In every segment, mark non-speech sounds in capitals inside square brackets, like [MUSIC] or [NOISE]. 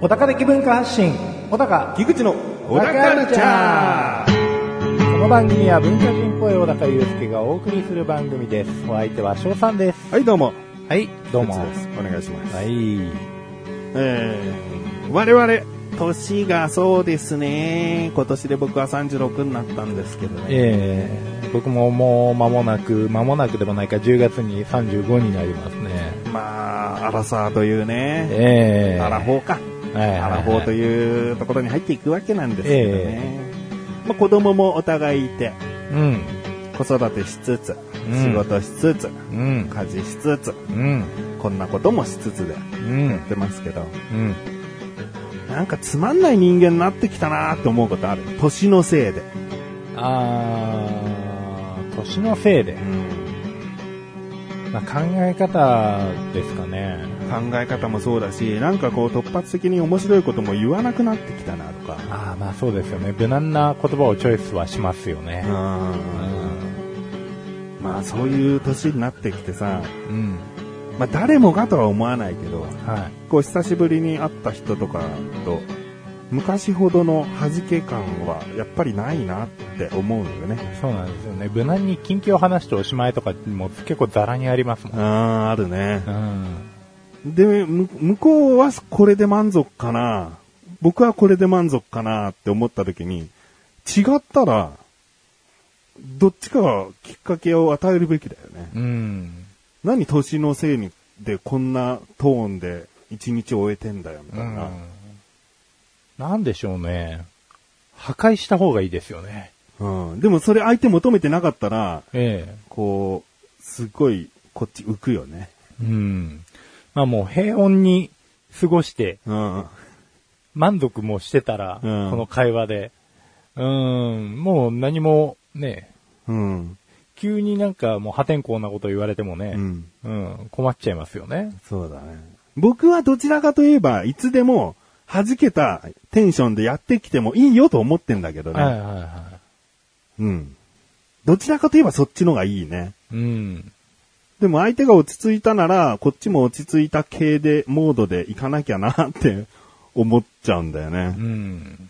小高的文化発信小高菊池の小田カルチャーこの番組は文化人っぽい小高祐介がお送りする番組ですお相手は翔さんですはい、どうも。はいどうも菊池です。お願いします。はいえー、我々、年がそうですね。今年で僕は36になったんですけどね。ええ僕ももう間もなく間もなくでもないか10月に35になりますねまあ、アラサーというね。ええアラフォーか。はいはいはいアラフォーというところに入っていくわけなんですけどね。まあ、子供もお互いいて、うん子育てしつつ、うん仕事しつうつ、ん家事しつつ、うんこんなこともしつつでうやっんてますけど、うんなんかつまんない人間になってきたなと思うことある。年のせいで。あー年のせいでう、んまあ、考え方ですかね考え方もそうだし、なんかこう突発的に面白いことも言わなくなってきたなとか。ああまあそうですよね無難な言葉をチョイスはしますよねうんまあそういう年になってきてさ、うんまあ誰もがとは思わないけど、はこう久しぶりに会った人とかと、昔ほどの弾け感はやっぱりないなって思うよね。いそうなんですよね無難に近況を話しておしまいとかも結構ざらにありますもんああ、あるねう。んで、む向こうはこれで満足かな、僕はこれで満足かなって思った時に、違ったら、どっちかがきっかけを与えるべきだよね。うん何年のせいにでこんなトーンで一日終えてんだよ、みたいな。なんでしょうね。破壊した方がいいですよね。うん。でもそれ相手求めてなかったら、ええ。こう、すごい、こっち浮くよね。うん。まあもう平穏に過ごして、うん。満足もしてたら、うんこの会話で。うん、もう何もね、うん。急になんかもう破天荒なこと言われてもうね、ん。うん、困っちゃいますよね。そうだね。僕はどちらかといえば、いつでも、弾けたテンションでやってきてもいいよと思ってんだけどね。はいはいはうん。どちらかといえばそっちのがいいね。い。うん。でも相手が落ち着いたなら、こっちも落ち着いた系で、モードでいかなきゃなって [LAUGHS] 思っちゃうんだようね。ん。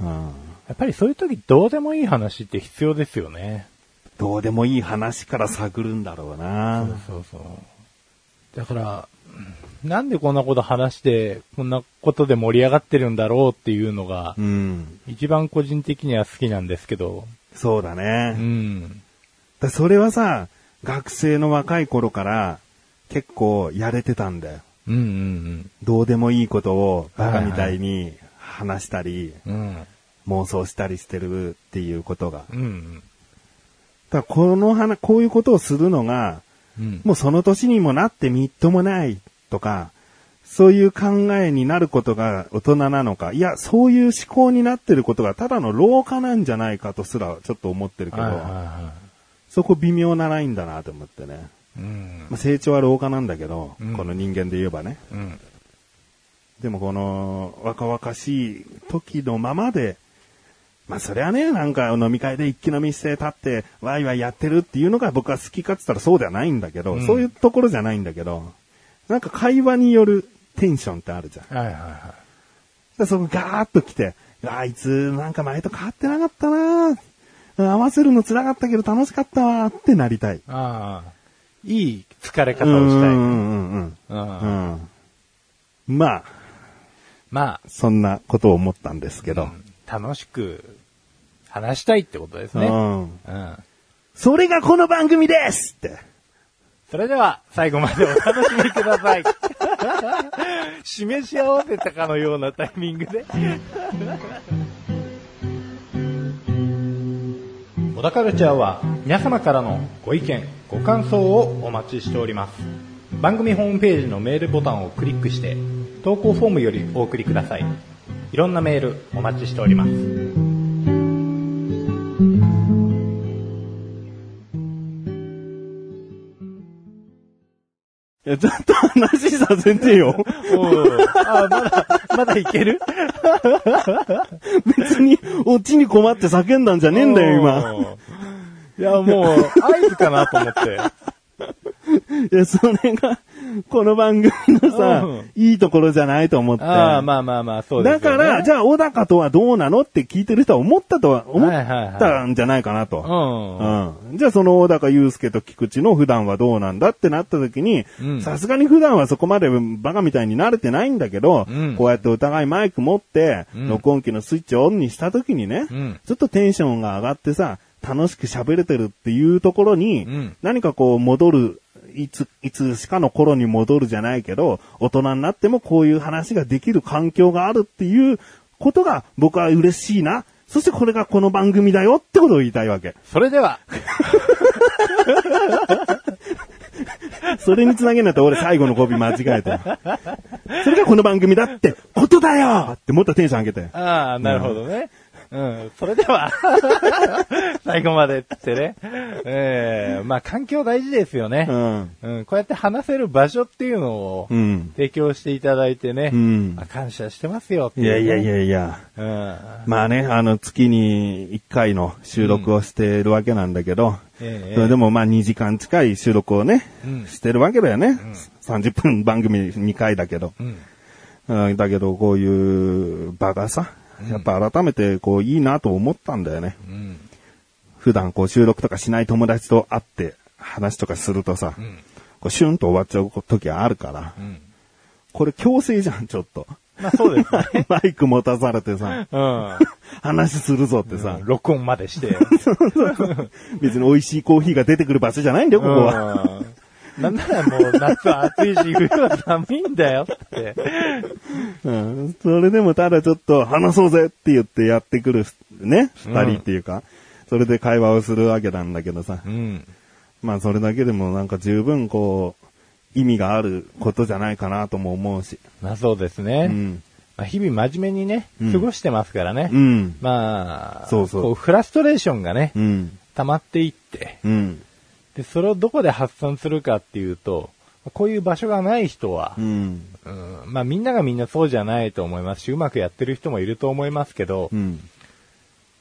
うん。やっぱりそういう時どうでもいい話って必要ですよね。どうでもいい話から探るんだろうな。そうそう。だから、なんでこんなこと話して、こんなことで盛り上がってるんだろうっていうのがう、ん。一番個人的には好きなんですけど、そうだね。うん。だそれはさ、学生の若い頃から、結構やれてたんだよ。うんうんどうでもいいことをバカみたいに話したり、うん。うん。妄想したりしてるっていうことが。うんただこの話、こういうことをするのが、うん。もうその年にもなってみっともないとか、そういう考えになることが大人なのか、いや、そういう思考になってることがただの老化なんじゃないかとすらちょっと思ってるけど、はいはいはそこ微妙なラインだなと思ってね。い。うんまあ、。成長は老化なんだけど、うんこの人間で言えばね。うん。でもこの若々しい時のままで、まあそりゃね、なんか飲み会で一気飲みして立って、ワイワイやってるっていうのが僕は好きかって言ったらそうではないんだけど、うんそういうところじゃないんだけど、なんか会話によるテンションってあるじゃん。はいはいはでそこガーッと来て、あいつなんか前と変わってなかったな合わせるの辛かったけど楽しかったわってなりたい。い。ああ。いい疲れ方うをんしうたい。んうんううんん。うん。まあ、まそんなことを思ったんですけど。あ、楽しく話したいってことですね。うん。うん。それがこの番組ですって。それでは、最後までお楽しみください。 [LAUGHS] 示し合わせたかのようなタイミングで。小田カルチャーは、皆様からのご意見、ご感想をお待ちしております。番組ホームページのメールボタンをクリックして、投稿フォームよりお送りください。いろんなメールお待ちしております。いや、ちょっと話させてよ。 [LAUGHS] おあ、まだ、まだいける別に、オチに困って叫んだんじゃねえんだよ、今。うん。いや、もう、合図かなと思って。いや、それが、この番組のさ、うんいいところじゃないと思って。ああ、まあまあまあ、そうですよだね。から、じゃあ、小高とはどうなのって聞いてる人は思ったとは、思っはいはいはいたんじゃないかなと。うん。うんじゃあその小高祐介と菊池の普段はどうなんだってなった時にうん、さすがに普段はそこまでバカみたいに慣れてないんだけど、うんこうやってお互いマイク持って、うん録音機のスイッチをオンにした時にね、うんちょっとテンションが上がってさ、楽しく喋れてるっていうところに、うん何かこう戻る、いつ、いつしかの頃に戻るじゃないけど、大人になってもこういう話ができる環境があるっていうことが僕は嬉しいな。そしてこれがこの番組だよってことを言いたいわけ。それでは、それにつなげんなったら俺最後の語尾間違えた。それがこの番組だってことだよってもっとテンション上げて。ああ、なるほどね。うん、それで [LAUGHS] は、最後までってってね。ええまあ環境大事ですよねう、ん。うん。こうやって話せる場所っていうのをうん。提供していただいてね、うんあ感謝してますよっていいうやねいやいやいや。うん。まあね、あの、月に1回の収録をしているわけなんだけど、ええそれでもまあ2時間近い収録をね、うんしてるわけだよね。30分番組2回だけど。うん。うん、だけど、こういう場がさ、やっぱ改めてこういいなと思ったんだよね。うん。普段こう収録とかしない友達と会って話とかするとさ、んこうシュンと終わっちゃう時あるから、うん。これ強制じゃん、ちょっと。 [LAUGHS] まあそうですね。マイク持たされてさ、 [LAUGHS] うん。話するぞってさ、録音まで [LAUGHS] して。別に美味しいコーヒーが出てくる場所じゃないんだよ、ここは。うん。なんならもう夏は暑いし、冬は寒いんだよって。うん、それでもただちょっと話そうぜって言ってやってくる、ね、うん二人っていうか、それで会話をするわけなんだけどさ、うん。まあそれだけでもなんか十分こう、意味があることじゃないかなとも思うし。まあそうですね。うん。まあ、日々真面目にねう、ん過ごしてますからね。うん。まあ、そうそうこうフラストレーションがね、うん。溜まっていって、うん。で、それをどこで発散するかっていうと、こういう場所がない人はう、ん。うんまあみんながみんなそうじゃないと思いますし、うまくやってる人もいると思いますけど、うん。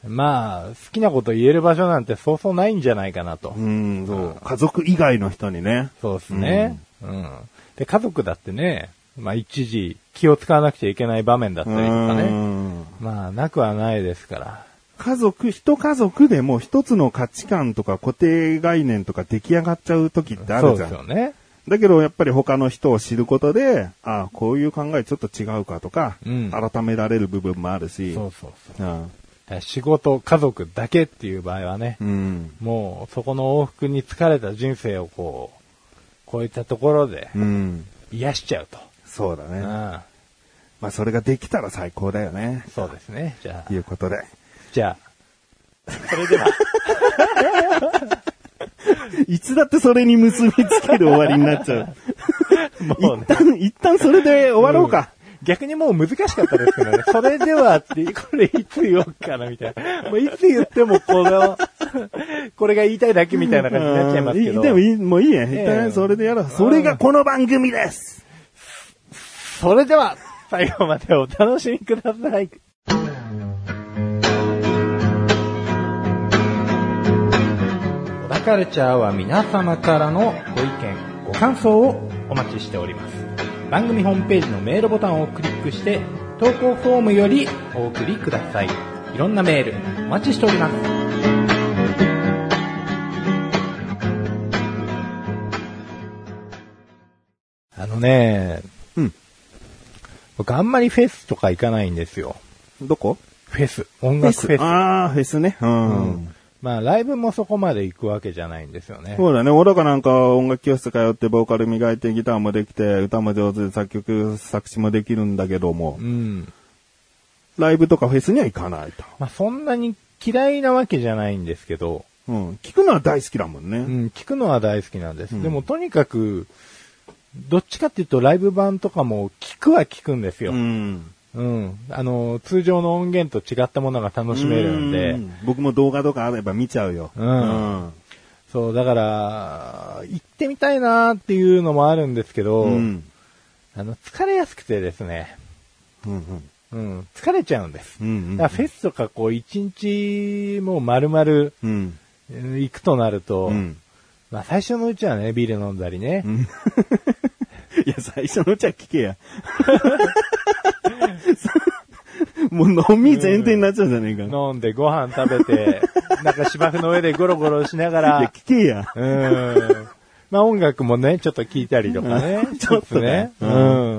まあ、好きなこと言える場所なんてそうそうないんじゃないかなと。うん、そう。家族以外の人にね。そうですね、うん。で、家族だってね、まあ一時気を使わなくちゃいけない場面だったりとかうね。んまあ、なくはないですから。家族、一家族でも一つの価値観とか固定概念とか出来上がっちゃう時ってあそるうじでゃすよん。ね。だけどやっぱり他の人を知ることで、ああ、こういう考えちょっと違うかとか、うん改められる部分もあるし。そうそうそう。うん。仕事、家族だけっていう場合はね、うん。もうそこの往復に疲れた人生をこう、こういったところでうん。癒しちゃうと。そうだうね。ん。まあそれができたら最高だよね。そうですね。じゃあとい、うことで。じゃあ、それでは、いつだってそれに結びつける終わりになっちゃう。 [LAUGHS] もう一ね、旦、一旦それで終わろうか。逆にもう難しかったですけどね、それではって、これいつ言おうかなみたいな。もういつ言ってもこの、 [LAUGHS] これが言いたいだけみたいな感じになっちゃいますけうど。んでもいい、もういいや。え一旦それでやろう。それがこの番組ですそれでは、最後までお楽しみください。小田カルチャーは皆様からのご意見、ご感想をお待ちしております。番組ホームページのメールボタンをクリックして、投稿フォームよりお送りください。いろんなメール、お待ちしております。あのね、うん。僕あんまりフェスとか行かないんですよ。どこフェス。音フェ楽フスェ。ス。ああ、フェスね。う。うんんまあ、ライブもそこまで行くわけじゃないんですよね。そうだね。小高なんか音楽教室通ってボーカル磨いてギターもできて歌も上手で作曲、作詞もできるんだけどもう、ん。ライブとかフェスには行かないと。まあ、そんなに嫌いなわけじゃないんですけど、うん。聞くのは大好きだもんうね。ん、聞くのは大好きなんです。うんでも、とにかく、どっちかっていうと、ライブ版とかも聞くは聞くんですよ。ん。うん。あの、通常の音源と違ったものが楽しめるんで、うん僕も動画とかあれば見ちゃうよ。うんうんそう、だから、行ってみたいなっていうのもあるんですけど、うん。あの、疲れやすくてですね、うんうんうん、疲れちゃうんです。うんうんだからフェスとかこう一日もう丸々うん。うん行くとなると、うん。まあ最初のうちはね、ビール飲んだりね、いや、最初のうちは聞け [LAUGHS] や。もう飲み前提になっちゃうじゃねえか。い飲んでご飯食べ [LAUGHS] て、なんか芝生の上でゴロゴロしながやら、、聞けや。うん。まあ音楽もね、ちょっと聴いたりとかねうん。ちょっとね。うう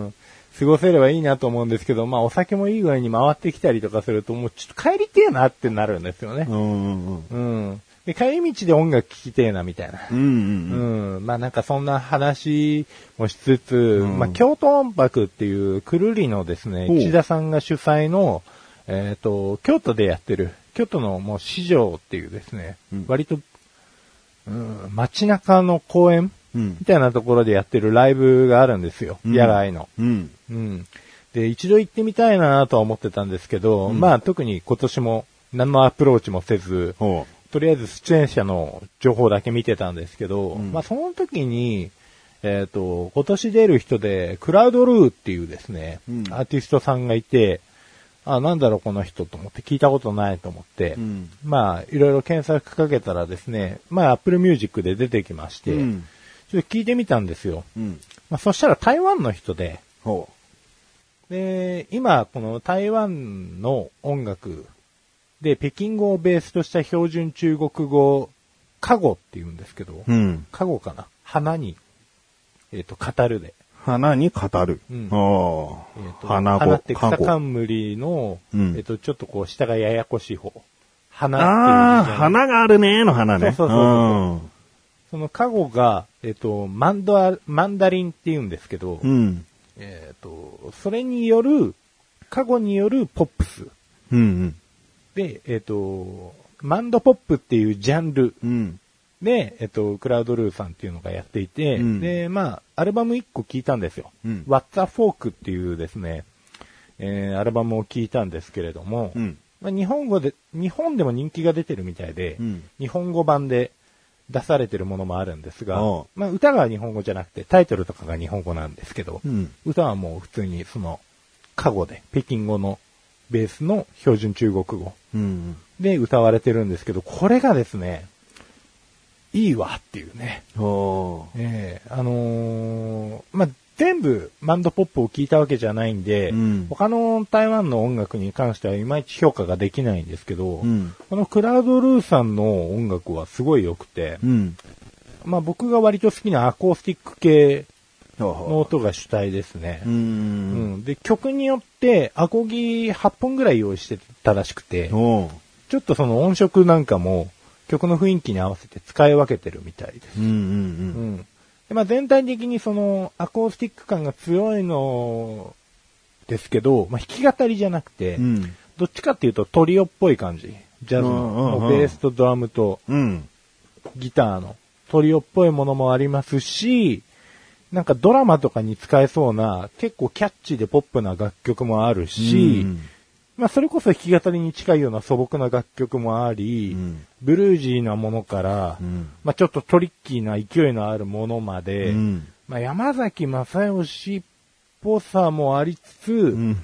ん。過ごせればいいなと思うんですけど、まあお酒もいい具合に回ってきたりとかすると、もうちょっと帰りてえなってなるんですよねう。んうんうん。うん。で、帰り道で音楽聴きてえなみたいな。うんうんうん。うん。まあなんかそんな話もしつつ、んまあ京都音楽っていうくるりのですね、ほう岸田さんが主催の、えっ、と、京都でやってる、京都のもう市場っていうですね、うん割と、うん、街中の公園うんみたいなところでやってるライブがあるんですよ。うんやらいの。うん。うん。で、一度行ってみたいなとは思ってたんですけど、んまあ特に今年も何のアプローチもせず、ほとりあえず出演者の情報だけ見てたんですけど、うんまあその時に、えっ、と、今年出る人で、クラウドルーっていうですね、うんアーティストさんがいて、あ、なんだろうこの人と思って聞いたことないと思って、う。うん。まあいろいろ検索かけたらですね、まあ Apple Music で出てきまして、うんちょっと聞いてみたんですよ。うん。まあそしたら台湾の人で、ほで、今、この台湾の音楽で、北京語をベースとした標準中国語、カゴって言うんですけど、う。うん。カゴかな花に、えっ、と、語るで。花に語る。うんえあーあ。と花花っ語て。花草語。冠の、うんえっ、と、ちょっとこう、下がややこしい方。花っていうああ、字じゃない花があるねーの花ね。そうそうそうそそのカゴが、えっ、と、マンドア、マンダリンって言うんですけど、うん。えっ、と、それによる、カゴによるポップス。うんうん。で、えっ、と、マンドポップっていうジャンルうん。で、えっ、と、クラウドルーさんっていうのがやっていて、うんで、まあ、アルバム1個聞いたんですよ。うん What the Fork っていうですね、えー、アルバムを聞いたんですけれども、うん。まあ、日本語で、日本でも人気が出てるみたいで、うん日本語版で出されてるものもあるんですがおう、まあ、歌が日本語じゃなくて、タイトルとかが日本語なんですけど、うん。歌はもう普通にその、過語で、北京語のベースの標準中国語うん。で歌われてるんですけど、これがですね、いいわっていうね。ほええあのーまあ、全部マンドポップを聞いたわけじゃないんで、うん他の台湾の音楽に関してはいまいち評価ができないんですけど、うんこのクラウドルーさんの音楽はすごい良くて、うん。まあ、僕が割と好きなアコースティック系ほうのほ音が主体ですね。う。うん。うんで、曲によって、アコギ8本ぐらい用意してたらしくて、ほちょっとその音色なんかも、曲の雰囲気に合わせて使い分けてるみたいです。う。うんううんうん。ん。でまあ、全体的にその、アコースティック感が強いのですけど、まあ、弾き語りじゃなくて、うん。どっちかっていうとトリオっぽい感じ。ジャズのうんうんうんもうベースとドラムとうん。ギターのトリオっぽいものもありますし、なんかドラマとかに使えそうな、結構キャッチーでポップな楽曲もあるし、まあそれこそ弾き語りに近いような素朴な楽曲もあり、うんブルージーなものから、うんまあちょっとトリッキーな勢いのあるものまうで、ん。まあ山崎正義っぽさもありつつ、うん。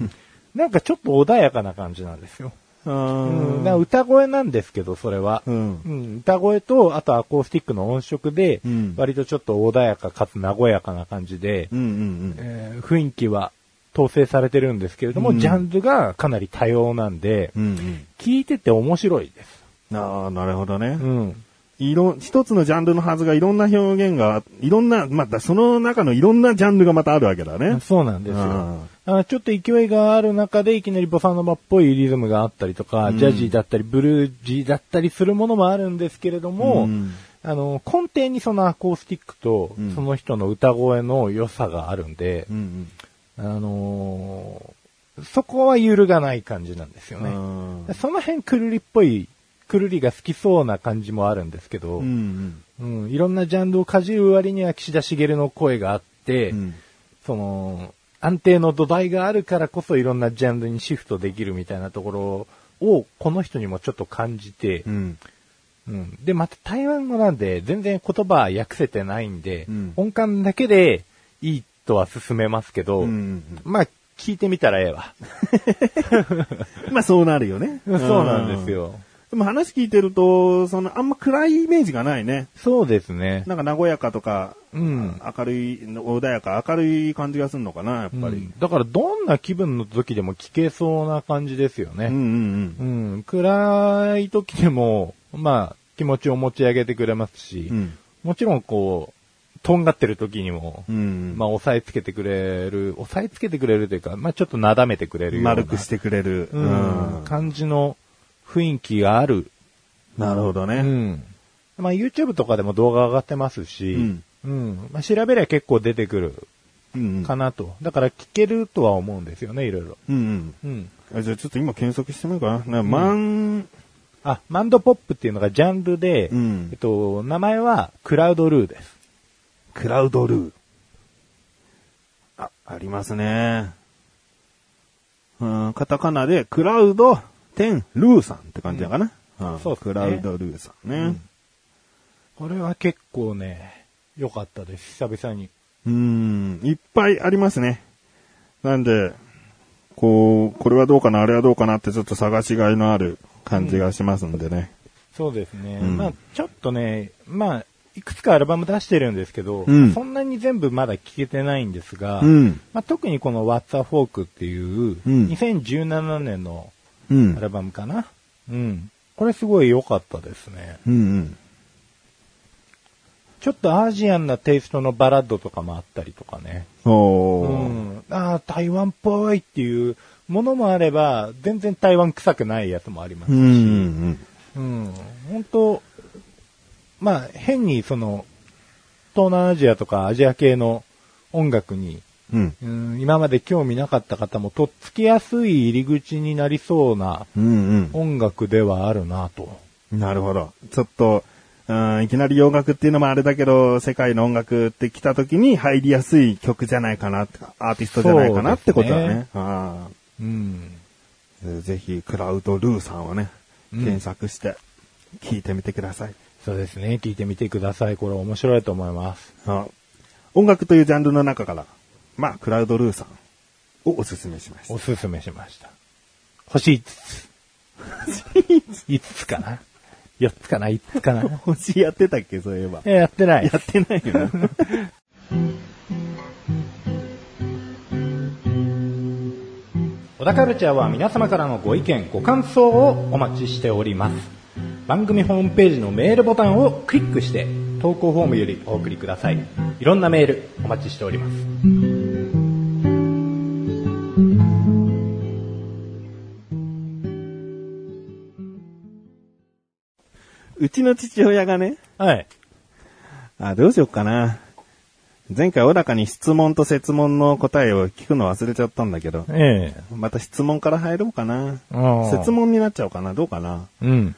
なんかちょっと穏やかな感じなんですよ。あうん、なんか歌声なんですけど、それは。うんうん、歌声と、あとアコースティックの音色で、うん割とちょっと穏やかかつ和やかな感じで、うんうんえー雰囲気は統制されてるんですけれども、うんジャンルがかなり多様なんで、うん。うん聞いてて面白いです。うん。ああ、なるほどねう。ん。いろん、一つのジャンルのはずがいろんな表現が、いろんな、またその中のいろんなジャンルがまたあるわけだね。そうなんですよ。ああちょっと勢いがある中でいきなりボサノバっぽいリズムがあったりとか、うんジャジーだったり、ブルージーだったりするものもあるんですけれども、うんあの、根底にそのアコースティックとうん、その人の歌声の良さがあるんでー、うんあのーそこは揺るがない感じなんですようん。ね。あーその辺くるりっぽい、くるりが好きそうな感じもあるんですけど、うんうん。うん、いろんなジャンルをかじる割には岸田茂の声があって、うんその、安定の土台があるからこそいろんなジャンルにシフトできるみたいなところを、この人にもちょっと感じてう、ん。うん、で、また台湾語なんで、全然言葉は訳せてないんで、うん音感だけでいいとは進めますけど、うんうんまあ、聞いてみたらええわ。まあ [LAUGHS] そうなるよね。そうなんですよ。よ。でも話聞いてると、その、あんま暗いイメージがないね。そうですね。なんか和やかとか、うん。明るい、穏やか、明るい感じがするのかな、やっぱやっぱりり。。だからどんな気分の時でも聞けそうな感じですようんうね。んうん。暗い時でも、まあ、気持ちを持ち上げてくれますし、うん。うん。もちろんこう、とんがってる時にも、うん。まあ、押さえつけてくれる、押さえつけてくれるというか、まあ、ちょっとなだめてくれるような。丸くしてくれる。うん。感じの雰囲気がある。なるほどうね。ん。まあ、YouTube とかでも動画上がってますし、うん。うん。まあ、調べりゃ結構出てくるうん。かなと。だから聞けるとは思うんですよね、いろいろ。うんうん。うん。あじゃあちょっと今検索してみようかな。なマン、あ、マンドポップっていうのがジャンルで、うんえっと、名前はクラウドルーです。クラウドルー。あ、ありますね。うん、カタカナで、クラウド、テン、ルーさんって感じだかな。うん、そうっすねクラウドルーさんね。これは結構ね、良かったです、久々に。うん、いっぱいありますね。なんで、こう、これはどうかな、あれはどうかなってちょっと探しがいのある感じがしますんでね。そうですね。うんまあ、ちょっとね、まあ、いくつかアルバム出してるんですけど、うんそんなに全部まだ聴けてないんですが、うん、まあ、特にこの What's a Fork っていう、うん2017年のうん、うんア、ルバムかな。うん。これすごい良かったですね。うん。ちょっとアジアンなテイストのバラッドとかもあったりとかね。おうー。ん。ああ、台湾っぽいっていうものもあれば、全然台湾臭くないやつもありますうん、う。ん、うん。本当まあ、変にその、東南アジアとかアジア系の音楽に、うん、うん、今まで興味なかった方もとっつきやすい入り口になりそうなうん、音楽ではあるなと。うん。なるほど。ちょっと、うん、いきなり洋楽っていうのもあれだけど、世界の音楽って来た時に入りやすい曲じゃないかなってか、アーティストじゃないかなってことだそうでねす。ねあうん。ーぜひ、クラウドルーさんをね、うん検索して、聞いてみてください。そうですね。聞いてみてください。これ面白いと思います。あ音楽というジャンルの中から、まあ、クラウドルーさんをおすすめしましたお。すすめしました。星5つ。5つ [LAUGHS] かな ?4 つかな ?5 つかな星やってたっけそういえばい。ややってない [LAUGHS] や。ってないよね。小田カルチャーは皆様からのご意見、ご感想をお待ちしております。番組ホームページのメールボタンをクリックして、投稿フォームよりお送りください。いろんなメールお待ちしております。 [LAUGHS] うちの父親がね、はい。あ、どうしよっかな。前回小高に質問と説問の答えを聞くの忘れちゃったんだけど、ええ。また質問から入ろうかな。ああ質問になっちゃおうかな。どうかな。うん。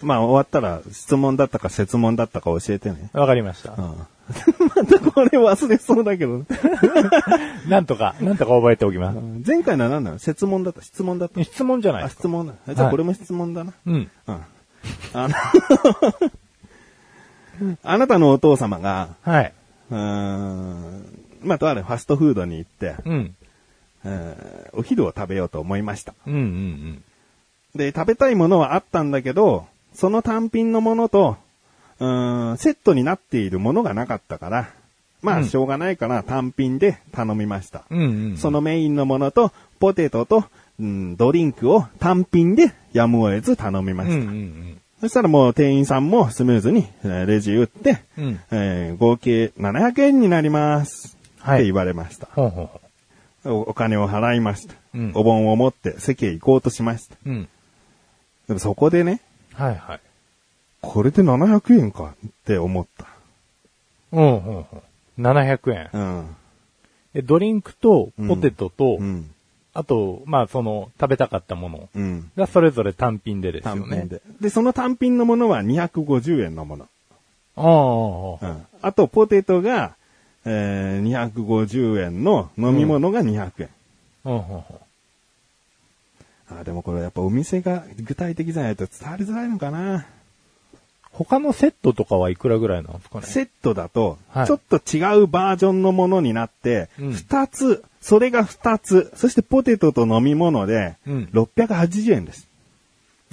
まあ終わったら質問だったか説問だったか教えてね。わかりましたう。ん [LAUGHS] またこれ忘れそうだけど。なんとか、なんとか覚えておきま [LAUGHS] 前回のは何なの説問だった。質問だったす。。質問じゃないあ、ですか。質問だ。あじゃあこれも質問だな。うん。うん。あの [LAUGHS] あなたのお父様が、はい。うーん、まあ、とあるファストフードに行って、うん。えーお昼を食べようと思いました。うんうんで、食べたいものはあったんだけど、その単品のものと、うーん、セットになっているものがなかったから、まうあ、んしょうがないから単品で頼みました。うん。うんうん。そのメインのものと、ポテトと、うん、ドリンクを単品でやむを得ず頼みまうしんうた。んそしたらもう店員さんもスムーズにえーレジ打って、うん。うん。えー合計700円になります。はいって言われました。ほうほうほおお金を払いました、うんお盆を持って席へ行こうとしました。う。うん。でもそこでね、はいはい。これで700円かって思っうんうんうん。700円た。。うん。えドリンクとポテトと、うん。あと、まあその、食べたかったものうん。がそれぞれ単品でですよ単ね。品で。で、その単品のものは250円のもの。あああうあ、ん。あと、ポテトが、えー、250円の飲み物が200円。うんうんうんあーでもこれやっぱお店が具体的じゃないと伝わりづらいのかな。他のセットとかはいくらぐらいなんですかねセットだとは、いちょっと違うバージョンのものになって、うん二つ、それが二つ、そしてポテトと飲み物で、うん680円です。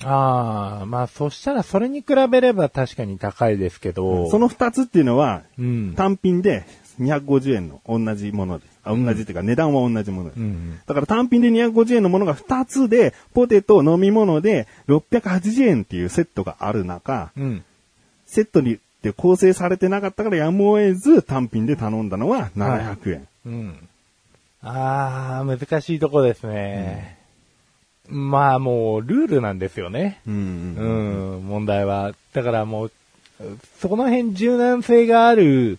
ああ、まあそしたらそれに比べれば確かに高いですけど、その二つっていうのは、うん。単品で250円の同じものです。あ同じっていうか、値段は同じものです。うんだから単品で250円のものが2つで、ポテト、飲み物で680円っていうセットがある中、うん。セットにで構成されてなかったからやむを得ず単品で頼んだのは700円。うん。ああ、難しいとこですね。まあもうルールなんですよね。うんうんうん、問題は。だからもう、そこの辺柔軟性がある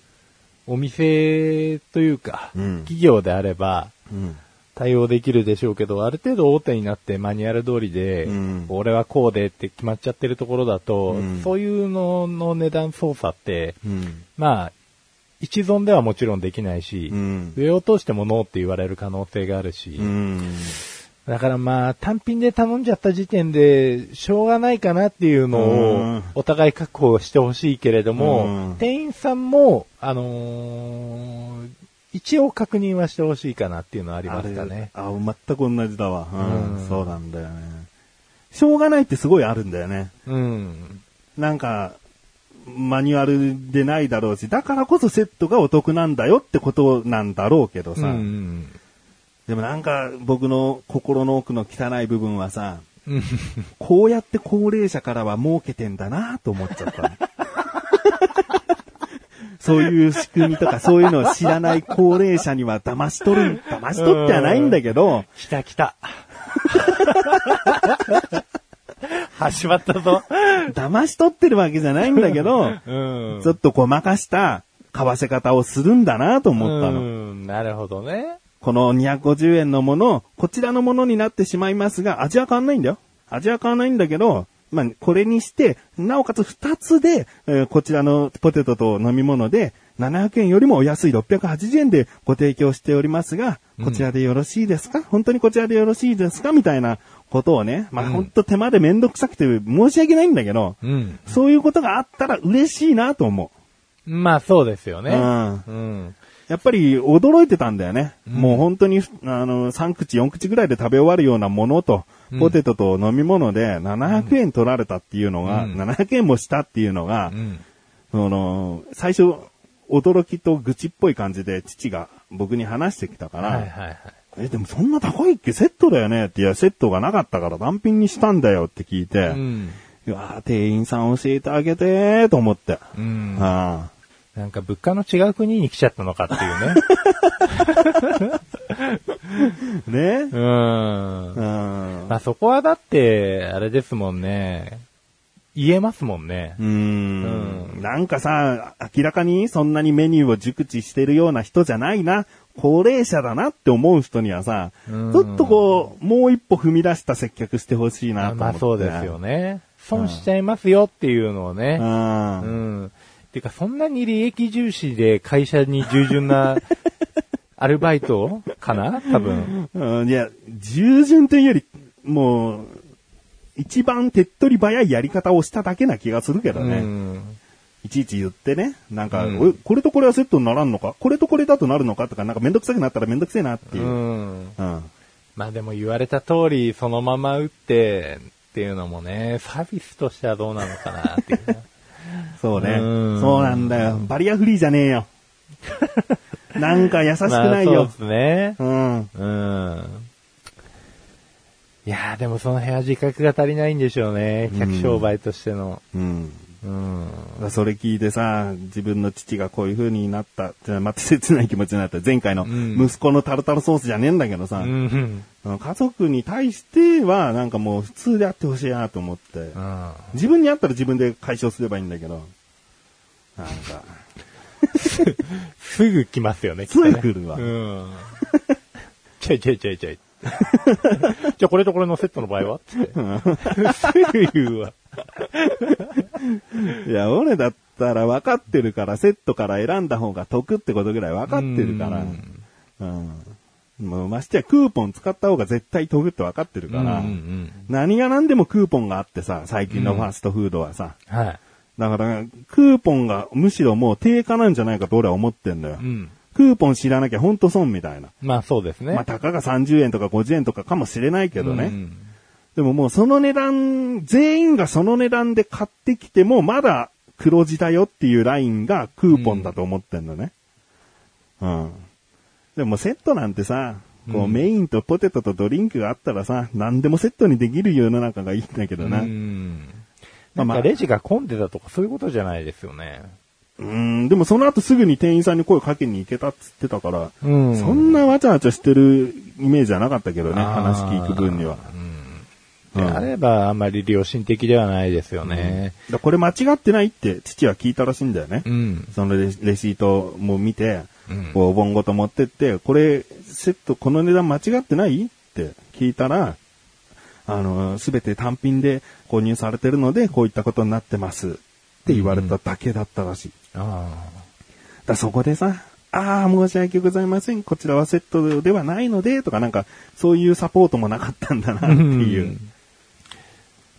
お店というか、うん企業であればうん対応できるでしょうけど、ある程度大手になってマニュアル通りで、うん俺はこうでって決まっちゃってるところだと、うんそういうのの値段操作って、うんまあ、一存ではもちろんできないし、うん上を通してもノーって言われる可能性があるし、うんだからまあ、単品で頼んじゃった時点で、しょうがないかなっていううのをん、お互い確保してほしいけれどうんも、店員さんも、あのー一応確認はしてほしいかなっていうのはありましたね。あれあ全く同じだわ、うんうんそうなんだよね。しょうがないってすごいあるんだよね。うん。なんか、マニュアルでないだろうし、だからこそセットがお得なんだよってことなんだろうけどうさ、ん。でもなんか僕の心の奥の汚い部分はさ、うんこうやって高齢者からは儲けてんだなと思っちゃった。 [LAUGHS] そういう仕組みとかそういうのを知らない高齢者には騙し取る、騙し取ってはないんだけど、来た来た。始まったぞ。騙し取ってるわけじゃないんだけど、うん。ちょっとごまかした買わせ方をするんだなと思ったの。うん、なるほどね。この250円のもの、こちらのものになってしまいますが、味は変わんないんだよ。味は変わんないんだけど、まあ、これにして、なおかつ2つで、えーこちらのポテトと飲み物で、700円よりもお安い680円でご提供しておりますが、こちらでよろしいですか、本当にこちらでよろしいですかみたいなことをね、まあ、うんほんと手間でめんどくさくて申し訳ないんだけど、うん。そういうことがあったら嬉しいなと思う。まあそうですよね。うんうん。やっぱり驚いてたんだよね。もう本当に、あの、3口、4口ぐらいで食べ終わるようなものと、うんポテトと飲み物で700円取られたっていうのが、うん700円もしたっていうのがう、ん。その、最初、驚きと愚痴っぽい感じで父が僕に話してきたから、はいはいはい。え、でもそんな高いっけセットだよねって、いや、セットがなかったから単品にしたんだよって聞いて、うん。うわー店員さん教えてあげてーと思って。うん。ああなんか物価の違う国に来ちゃったのかっていうね。ね、 [LAUGHS] うん。うんまあそこはだって、あれですもんね。言えますもんねう。ーんなんかさ、明らかにそんなにメニューを熟知してるような人じゃないな、高齢者だなって思う人にはさ、ちうんょっとこう、もう一歩踏み出した接客してほしいなと思って、まあそうですよね。損しちゃいますよっていうのをう。ね。うんん。てかそんなに利益重視で会社に従順 [LAUGHS] なアルバイトかな多分。うん。いや、従順というより、もう、一番手っ取り早いやり方をしただけな気がするけどうね。ん。いちいち言ってね、なんか、うんおいこれとこれはセットにならんのかこれとこれだとなるのかとか、なんかめんどくさくなったらめんどくせえなっていうう。ん。うんまあでも言われた通りそのまま打ってっていうのもね、サービスとしてはどうなのかなっていうね。そうね。うんそうなんだよ。バリアフリーじゃねえ [LAUGHS] よ。なんか優しくないまあよ。そうですね。うん。うん。いやーでもその辺は自覚が足りないんでしょうね。客商売としての。うん。うん。それ聞いてさ、自分の父がこういう風になった。じゃあまた切ない気持ちになった。前回のうん息子のタルタルソースじゃねえんだけどうさ、ん。あの家族に対してはなんかもう普通であってほしいなと思ってう。ん。自分にあったら自分で解消すればいいんだけど。なんか、すぐ来ますよね、すぐきっとね来るわうん。ちょいちょいちょいちょ [LAUGHS] い。じゃあこれとこれのセットの場合はつ [LAUGHS] って。すぐ言うわ。いや、俺だったら分かってるから、セットから選んだ方が得ってことぐらい分かってるから。うんうん。もうましてやクーポン使った方が絶対得って分かってるから、うんうんうん何が何でもクーポンがあってさ、最近のファーストフードはさ、はい。だから、クーポンがむしろもう低価なんじゃないかと俺は思ってんだよ。うん。クーポン知らなきゃほんと損みたいな。まあそうですね。まあ、たかが30円とか50円とかかもしれないけどね。うんでももうその値段、全員がその値段で買ってきてもまだ黒字だよっていうラインがクーポンだと思ってんのね。うん。でもセットなんてさ、こううんメインとポテトとドリンクがあったらさ、何でもセットにできる世の中がいいんだけどな。ううん、ん。なまあんまあかレジが混んでたとかそういうことじゃないですよね。でもその後すぐに店員さんに声かけに行けたっつってたから、うんそんなわちゃわちゃしてるイメージはなかったけどね、あー話聞く分には。であればあんまり良心的ではないですよね。だこれ間違ってないって父は聞いたらしいんだよね。うん。そのレシレシートも見て、うんこうお盆ごと持ってって、これ、セット、この値段間違ってないって聞いたら、あの、すべて単品で購入されてるので、こういったことになってますって言われただけだったらしい。あだそこでさ、ああ、申し訳ございません。こちらはセットではないので、とかなんか、そういうサポートもなかったんだなっていうう。あ。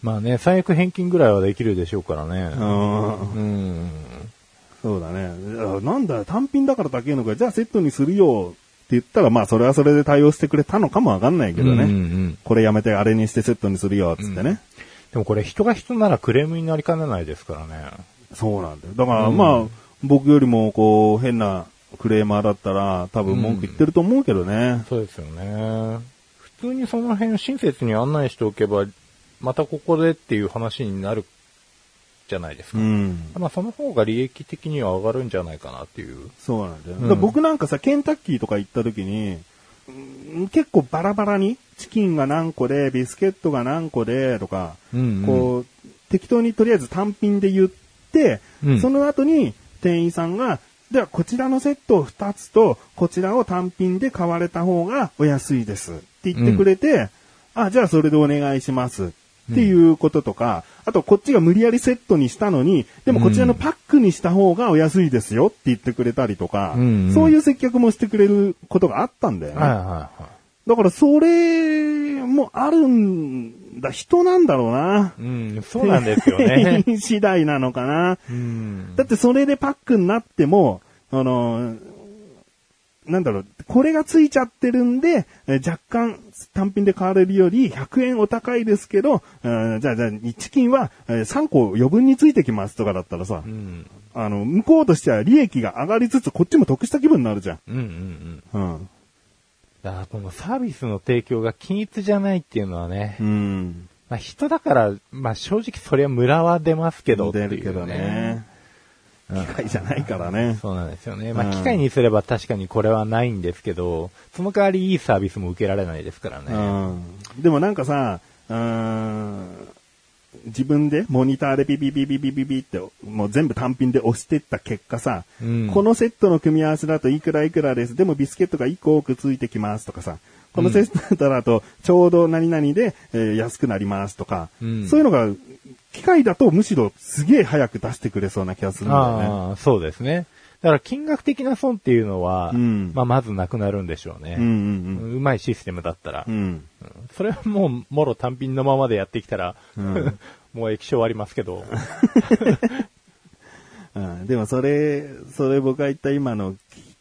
まあね、最悪返金ぐらいはできるでしょうからね。うんうん。そうだね。あなんだ、単品だからだけのか、じゃあセットにするよって言ったら、まあそれはそれで対応してくれたのかもわかんないけどね。うんうんこれやめてあれにしてセットにするよ、つってね。でもこれ人が人ならクレームになりかねないですからね。そうなんだよ。だから、まあ、僕よりもこう、変なクレーマーだったら、多分文句言ってると思うけどね。そうですよね。普通にその辺親切に案内しておけば、またここでっていう話になるじゃないですうか。ん。まあその方が利益的には上がるんじゃないかなっていう。そうなんだよ。うんだから僕なんかさ、ケンタッキーとか行った時に、うん結構バラバラに、チキンが何個で、ビスケットが何個で、とか、うんこう、適当にとりあえず単品で言って、うんその後に店員さんが、ではこちらのセットを2つと、こちらを単品で買われた方がお安いですって言ってくれて、あ、じゃあそれでお願いします。っていうこととか、あとこっちが無理やりセットにしたのに、でもこちらのパックにした方がお安いですよって言ってくれたりとか、うんうんそういう接客もしてくれることがあったんだよね。はいはいはだからそれもあるんだ、人なんだろうな。。い。うん、そうなんですよね [LAUGHS] [LAUGHS] 次第なのかな。うん。だってそれでパックになっても、あのー、なんだろう、これがついちゃってるんで、えー若干単品で買われるより100円お高いですけど、うんじゃあじゃあ、チキンはえー3個余分についてきますとかだったらさう、ん。あの、向こうとしては利益が上がりつつ、こっちも得した気分になるじゃん。うんうんうん。うん。だからこのサービスの提供が均一じゃないっていうのはね、うん。まあ人だから、まあ正直そりゃムラは出ますけどってい出う、るけどね。機械じゃないからね。そうなんですよね。まうんあ、機械にすれば確かにこれはないんですけど、その代わりいいサービスも受けられないですからね。うんでもなんかさ、うーん自分でモニターでビビビビビビビって、もう全部単品で押してった結果さ、うんこのセットの組み合わせだといくらいくらです。でもビスケットが1個多くついてきますとかさ、このセットだとちょうど何々で、えー安くなりますとか、うんそういうのが機械だとむしろすげえ早く出してくれそうな気がするんだよね。ああ、そうですね。だから金額的な損っていうのは、うんまあ、まずなくなるんでしょううんうね。うんまいシステムだったら。うん。うん。それはもう、もろ単品のままでやってきたら、ん [LAUGHS] もう液晶ありますけ [LAUGHS] ど。うんでもそれ、それ僕が言った今の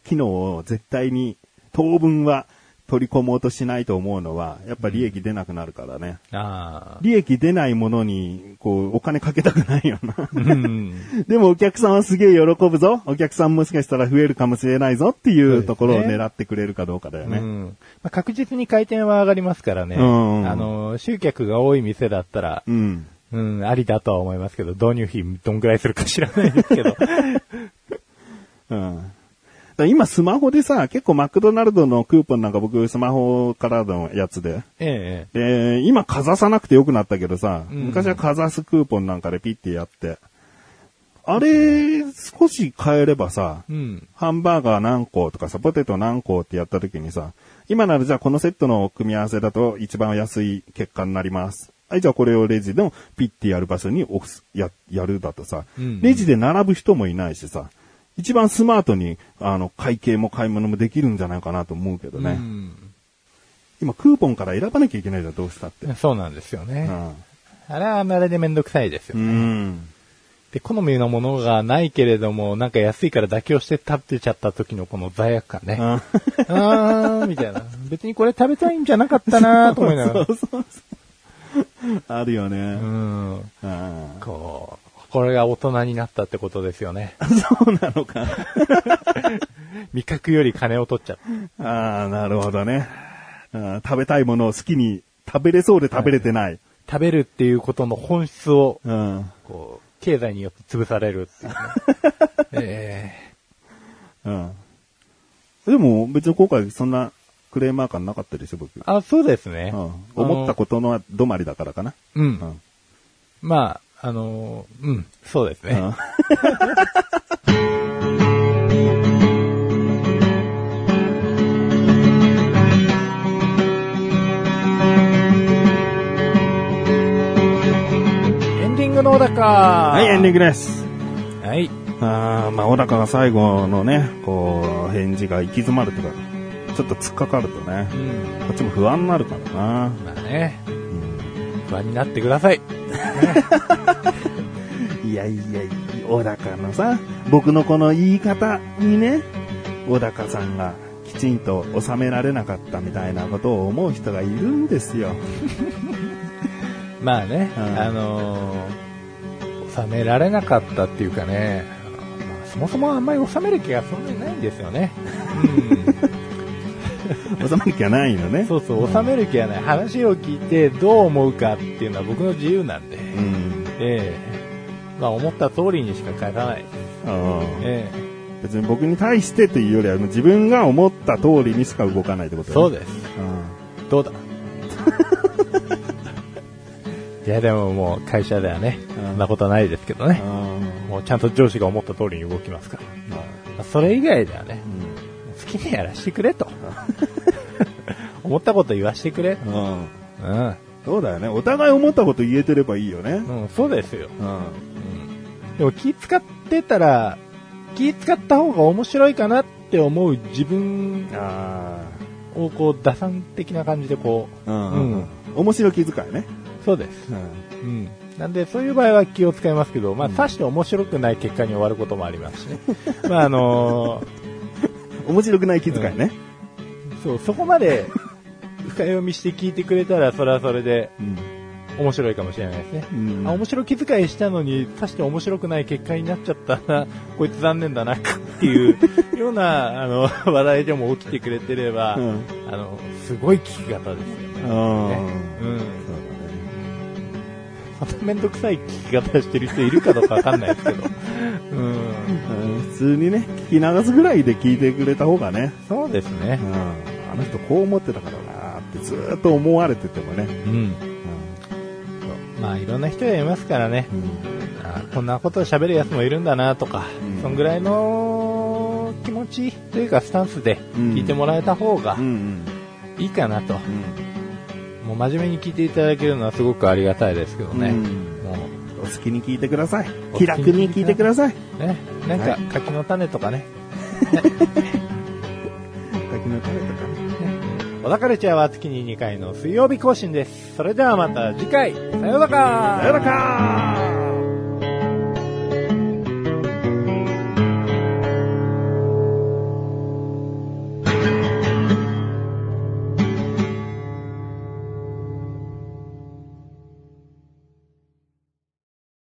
機能を絶対に当分は取り込もうとしないと思うのは、やっぱ利益出なくなるからね。ああ。利益出ないものに、こう、お金かけたくないよな。うん。 [LAUGHS] でもお客さんはすげえ喜ぶぞ。お客さんもしかしたら増えるかもしれないぞっていうところをそうですね狙ってくれるかどうかだようね。んまあ、確実に回転は上がりますからね。うんうんあの、集客が多い店だったら、うん。うん、ありだとは思いますけど、導入費どんぐらいするか知らないですけ [LAUGHS] ど。うん。だから今スマホでさ、結構マクドナルドのクーポンなんか僕スマホからのやつでええで、今かざさなくてよくなったけどさ、うん昔はかざすクーポンなんかでピッてやって、あれ、少し変えればさ、うん。ハンバーガー何個とかさ、ポテト何個ってやった時にさ、今ならじゃあこのセットの組み合わせだと一番安い結果になります。はい、じゃあこれをレジでもピッてやる場所に押す、や、やるだとさ、うんレジで並ぶ人もいないしさ、一番スマートに、あの、会計も買い物もできるんじゃないかなと思うけどね。うん今クーポンから選ばなきゃいけないじゃん、どうしたって。そうなんですよね。うんあれはあれでめんどくさいですよ。うん。で、好みのものがないけれども、なんか安いから妥協して食べちゃった時のこの罪悪感ね。 [LAUGHS] ああー、みたいな。別にこれ食べたいんじゃなかったなーと思い [LAUGHS] ながら。うあるよね。ん。あこう、これが大人になったってことですよね。あ [LAUGHS] そうなのか。 [LAUGHS] 味覚より金を取っちゃう。ああ、なるほどねあー食べたいものを好きに食べれそうで食べれてない。食べるっていうことの本質を、うん。こう、経済によって潰されるって [LAUGHS] いうね。ええうん。でも別に今回そんなクレーマー感なかったでしょ、僕。あ、そうですね。うん、思ったと。ことの止まりだからかな。う。うんんまあ、あのー、うん、そうですね。うんエンディングの小高は、はいエンディンググです。はい。あーまあ、小高が最後のね、こう、返事が行き詰まるというか、ちょっと突っかかるとねう、ん。こっちも不安になるからな。まあね、うん不安になってください。いやいや、小高のさ、僕のこの言い方にね、小高さんがきちんと収められなかったみたいなことを思う人がいるんですよ。まあね、うんあのー、収められなかったっていうかね、まあ、そもそもあんまり収める気がそんなにないんですよね。収める気はないのね。 [LAUGHS] そうそう、収める気はない。話を聞いてどう思うかっていうのは僕の自由なんで。うん。ええまあ思った通りにしか書かない。うんえ別に僕に対してというよりは、もう自分が思った通りにしか動かないってこえとそうでです。どう [LAUGHS] だいやでももう会社ではね、そんなことないですけどね。もうちゃんと上司が思った通りに動きますから。まあそれ以外ではね、好きにやらしてくれと。思ったこと言わしてくれ。うん。そうだよね。お互い思ったこと言えてればいいよね。うん、そうですよ。うん。でも気使ってたら、気使った方が面白いかなって思う自分あをこう、打算的な感じでこあ。ううんん。面白気遣いね。う、そうです。うん。うん。なんで、そういう場合は気を使いますけど、まあ、うんさして面白くない結果に終わることもありますしね。まあ、あの面白くない気遣いね。ーそう、そこまで深読みして聞いてくれたら、それはそれでうん。面面白いかもしれないですね。あ、白面白気遣いしたのに、さして面白くない結果になっちゃったな、 [LAUGHS] こいつ残念だな、っていうような、あ [LAUGHS] の、話題でも起きてくれてれば、うん。あの、すごい聞き方ですよね。うんうん。そうだねまためんどくさい聞き方してる人いるかどうかわかんないです [LAUGHS] けど。うん。うん普通にね、聞き流すぐらいで聞いてくれた方がね、そうですねう。んあの人こう思ってたからなーってずーっと思われててもね、うん。まあいろんな人がいますからね。うんあこんなことを喋るやつもいるんだなとか、うんそんぐらいの気持ちというかスタンスで聞いてもらえた方がうんうんいいかなと。うんもう真面目に聞いていただけるのはすごくありがたいですけどうね。んもお好きに聞いてくださいお好きに気楽に聞いてくださいうね、なんはか柿の種とかね。滝の種とかね小田カルチャーは月に2回の水曜日更新です。それではまた次回、さようならさよなら